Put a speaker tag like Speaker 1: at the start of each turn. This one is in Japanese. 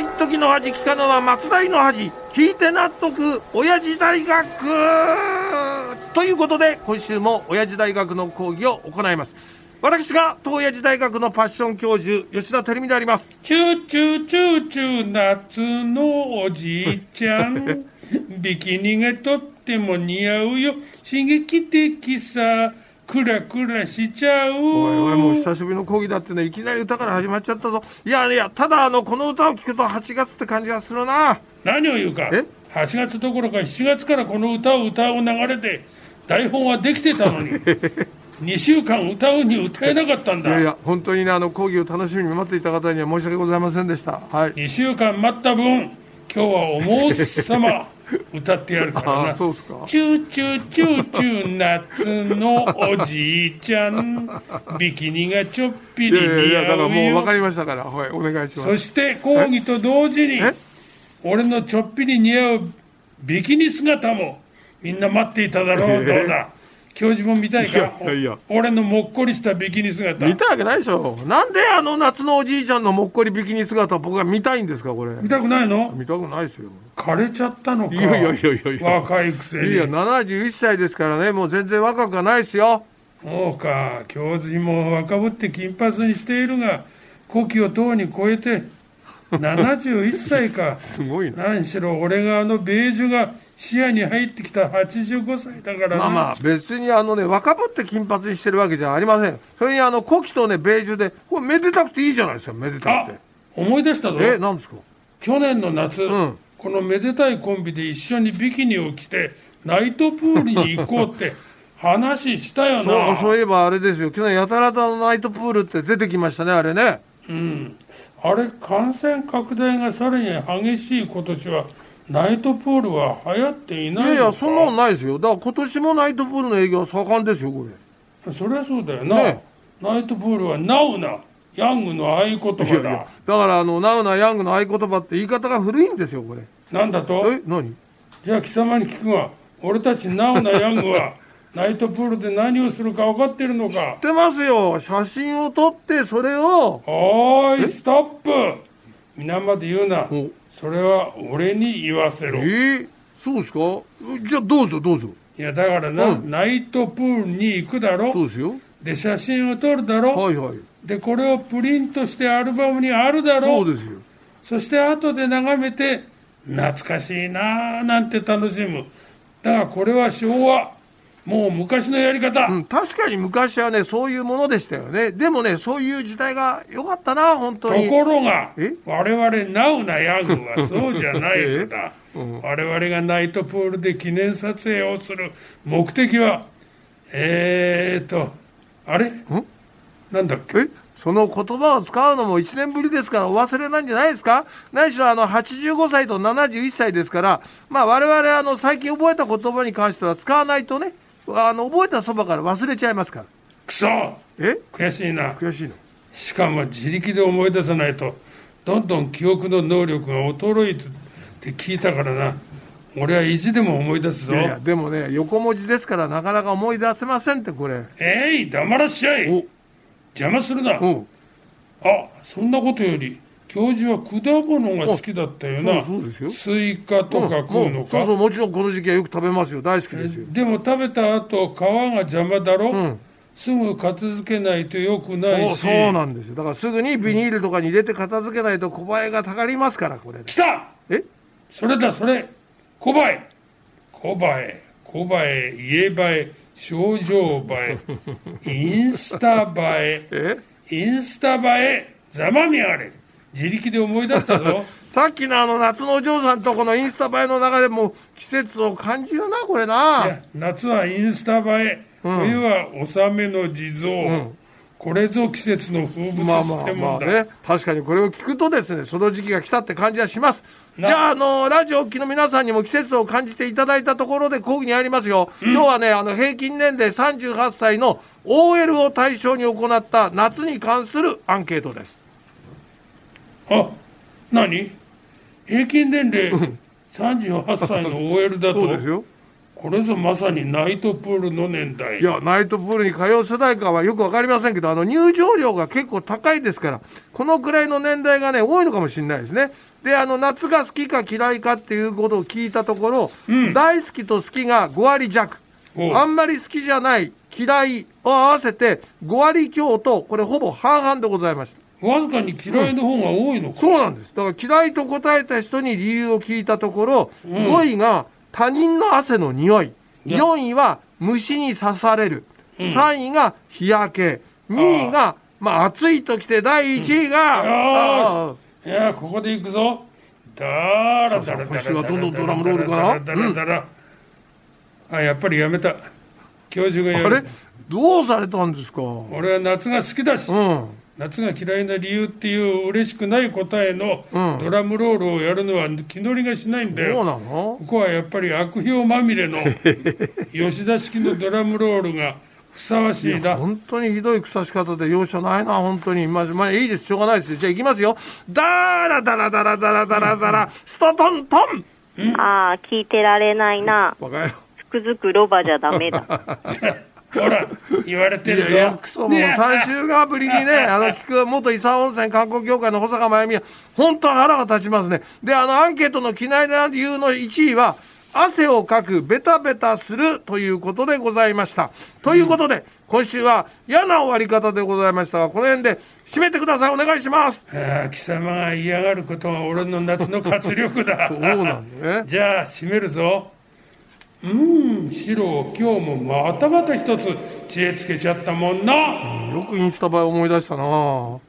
Speaker 1: 一時の恥聞かぬは松代の恥聞いて納得親父大学ということで今週も親父大学の講義を行います私が東親父大学のパッション教授吉田照美であります
Speaker 2: チューチューチューチュー夏のおじいちゃ んビキニがとっても似合うよ刺激的さクラクラしちゃう
Speaker 1: おいおいもう久しぶりの講義だってねいきなり歌から始まっちゃったぞいやいやただあのこの歌を聴くと8月って感じがするな
Speaker 2: 何を言うか
Speaker 1: え
Speaker 2: 8月どころか7月からこの歌を歌う流れで台本はできてた のに2週間歌うに歌えなかったん
Speaker 1: いやい
Speaker 2: だ
Speaker 1: や本当にねあの講義を楽しみに待っていた方には申し訳ございませんでしたはい
Speaker 2: 2週間待った分今日はおもうさま歌ってやるから
Speaker 1: あ
Speaker 2: な
Speaker 1: あそうですか
Speaker 2: チューチューチューチュー夏のおじいちゃんビキニがちょっぴ
Speaker 1: い
Speaker 2: り
Speaker 1: やいやい
Speaker 2: 似
Speaker 1: やだからも
Speaker 2: 合
Speaker 1: う分
Speaker 2: う
Speaker 1: か
Speaker 2: よ
Speaker 1: りましたからはいお願いしま
Speaker 2: そ
Speaker 1: す
Speaker 2: して講義と同時に
Speaker 1: え
Speaker 2: 俺のちょっぴり似合うビキニ姿もみんな待っていただろうどうだ教授も見たいから
Speaker 1: いやいやいや
Speaker 2: 俺のもっこりしたビキニ姿
Speaker 1: 見たいわけないでしょなんであの夏のおじいちゃんのもっこりビキニ姿を僕が見たいんですかこれ
Speaker 2: 見たくないの
Speaker 1: 見たくないですよ
Speaker 2: 枯れちゃったのか
Speaker 1: いやいやいやいやいや
Speaker 2: 若いくせに
Speaker 1: いや71歳ですからねもう全然若くはないですよ
Speaker 2: そうか教授も若ぶって金髪にしているが古希をとうに超えて71歳か
Speaker 1: すごいな
Speaker 2: 何しろ俺があのベージュが視野に入ってきた85歳だからな
Speaker 1: まあまあ別にあのね若ぶって金髪にしてるわけじゃありませんそれにあの古希とねベージュでこれめでたくていいじゃないですかめでた
Speaker 2: あ
Speaker 1: くて
Speaker 2: 思い出したぞ
Speaker 1: えなんですか
Speaker 2: 去年の夏、
Speaker 1: ん
Speaker 2: このめでたいコンビで一緒にビキニを着てナイトプールに行こうって話したよ
Speaker 1: そう
Speaker 2: な
Speaker 1: そういえばあれですよ昨日やたらたのナイトプールって出てきましたねあれね
Speaker 2: あれ感染拡大がさらに激しい今年はナイトプールは流行ってい
Speaker 1: い
Speaker 2: ない
Speaker 1: やいやそんなこと
Speaker 2: の
Speaker 1: ないですよだから今年もナイトプールの営業は盛んですよこれ
Speaker 2: かそりゃそうだよな、
Speaker 1: ね
Speaker 2: ナイトプールはナウなヤングの合言葉だ
Speaker 1: いやいやだからあのナウなヤングの合言葉って言い方が古いんですよこれ
Speaker 2: なんだと
Speaker 1: え何
Speaker 2: じゃあ貴様に聞くが俺たちナウなヤング はナイトプールで何をするか分かってるのか
Speaker 1: 知ってますよ写真を撮ってそれを
Speaker 2: おーいストップ皆まで言うな
Speaker 1: お
Speaker 2: それは俺に言わせ
Speaker 1: え
Speaker 2: ろい
Speaker 1: ー、そうですかじゃあどうぞどうぞ
Speaker 2: やだからな、
Speaker 1: うん
Speaker 2: ナイトプールに行くだ
Speaker 1: そう
Speaker 2: ろ
Speaker 1: ですよ
Speaker 2: で写真を撮るだろ、
Speaker 1: はいはい
Speaker 2: でこれをプリントしてアルバムにあるだろ
Speaker 1: そうですよ
Speaker 2: そして後で眺めて懐かしいなあなんて楽しむだがこれは昭和もう昔のやり方、
Speaker 1: うん、確かに昔はねそういうものでしたよねでもねそういう時代が良かったな本当
Speaker 2: と
Speaker 1: に
Speaker 2: ころが
Speaker 1: え
Speaker 2: 我々ナウなヤングはそうじゃない のだ、我々がナイトプールで記念撮影をする目的はえーとあれなんだっけ
Speaker 1: えその言葉を使うのも1年ぶりですからお忘れなんじゃないですか何しろあの85歳と71歳ですからまあ我々あの最近覚えた言葉に関しては使わないとねあの覚えたそばから忘れちゃいますから
Speaker 2: クソ
Speaker 1: え
Speaker 2: 悔しいな
Speaker 1: 悔しいの
Speaker 2: しかも自力で思い出さないとどんどん記憶の能力が衰えてって聞いたからな俺は意地でも思い出すぞ
Speaker 1: いやいやでもね横文字ですからなかなか思い出せませんってこれ
Speaker 2: えい黙らっしゃい
Speaker 1: お
Speaker 2: 邪魔するな
Speaker 1: うん
Speaker 2: あそんなことより教授は果物が好きだったよな
Speaker 1: あそうそうですよ
Speaker 2: スイカとか食
Speaker 1: も
Speaker 2: うの
Speaker 1: うそうそ
Speaker 2: か
Speaker 1: うもちろんこの時期はよく食べますよ大好きですよ
Speaker 2: でも食べた後皮が邪魔だろ、
Speaker 1: ん
Speaker 2: すぐ片付けないとよくない
Speaker 1: そう
Speaker 2: し
Speaker 1: そうなんですよだからすぐにビニールとかに入れて片付けないと小映えがたがりますからこれ
Speaker 2: 来た
Speaker 1: え
Speaker 2: それだそれ小映え小映え小映え家映え症状映 えインスタ映え
Speaker 1: え
Speaker 2: インスタ映えざまみあれ自力で思い出したぞ
Speaker 1: さっきのあの夏のお嬢さんとこのインスタ映えの中でもう季節を感じるなこれ
Speaker 2: い
Speaker 1: な
Speaker 2: や夏はインスタ映え、冬は納めの地蔵、これぞ季節の風
Speaker 1: まあ
Speaker 2: 物
Speaker 1: ま
Speaker 2: っ
Speaker 1: あ
Speaker 2: て
Speaker 1: ま
Speaker 2: も
Speaker 1: あ
Speaker 2: んだ、
Speaker 1: ね確かにこれを聞くとですねその時期が来たって感じはしますじ
Speaker 2: な
Speaker 1: ゃああのラジオをお聞きの皆さんにも季節を感じていただいたところで講義にありますよ、今日はねあの平均年齢38歳の OL を対象に行った夏に関するアンケートです
Speaker 2: あ何平均年齢38歳の OL だと
Speaker 1: そうですよ
Speaker 2: これぞまさにナイトプールの年代
Speaker 1: いやナイトプールに通う世代かはよく分かりませんけどあの入場料が結構高いですからこのくらいの年代がね多いのかもしれないですねであの夏が好きか嫌いかっていうことを聞いたところ、大好きと好きが5割弱
Speaker 2: おう
Speaker 1: あんまり好きじゃない嫌いを合わせて5割強とこれほぼ半々でございました
Speaker 2: わずかに嫌いの方が多いのか、
Speaker 1: そうなんですだから嫌いと答えた人に理由を聞いたところ、5位が他人の汗の匂い
Speaker 2: や
Speaker 1: 4位は虫に刺される、3位が日焼け2位がまあ暑いときて第1位が、あ
Speaker 2: よ
Speaker 1: あ
Speaker 2: いやここでいくぞだーらだらだらだら
Speaker 1: 今週はどんどんドラムロールかな
Speaker 2: だらだらだらあやっぱりやめた教授がや
Speaker 1: あ
Speaker 2: め
Speaker 1: れ
Speaker 2: た
Speaker 1: どうされたんですかう
Speaker 2: 俺は夏が好きだし、
Speaker 1: ん
Speaker 2: 夏が嫌いな理由っていう嬉しくない答えのドラムロールをやるのは気乗りがしないんだ
Speaker 1: そう
Speaker 2: よ、
Speaker 1: なの
Speaker 2: ここはやっぱり悪評ま みれの吉田式のドラムロールがふさわしいな
Speaker 1: 本当にひどい草し方で容赦ないな本当にまあ、まあ、いいですしょうがないですよじゃあ行きますよダラダラダラダラダラダラストトントン
Speaker 3: ああ、聞いてられないな。
Speaker 1: バカ野郎
Speaker 3: つくづくロバじゃダメだ。
Speaker 2: ほら言われてる
Speaker 1: いや
Speaker 2: ぞ
Speaker 1: クソもう3週間ぶりに ねあの聞く元伊佐温泉観光協会の保坂真由美は本当腹が立ちますねであのアンケートの嫌いな理由の1位は汗をかくベタベタするということでございましたということで、今週は嫌な終わり方でございましたがこの辺で締めてくださいお願いします
Speaker 2: ああ貴様が嫌がることが俺の夏の活力 だ
Speaker 1: そうなんだね
Speaker 2: じゃあ締めるぞうーんシロ今日もまたまた一つ知恵つけちゃったもんな
Speaker 1: よくインスタ映え思い出したな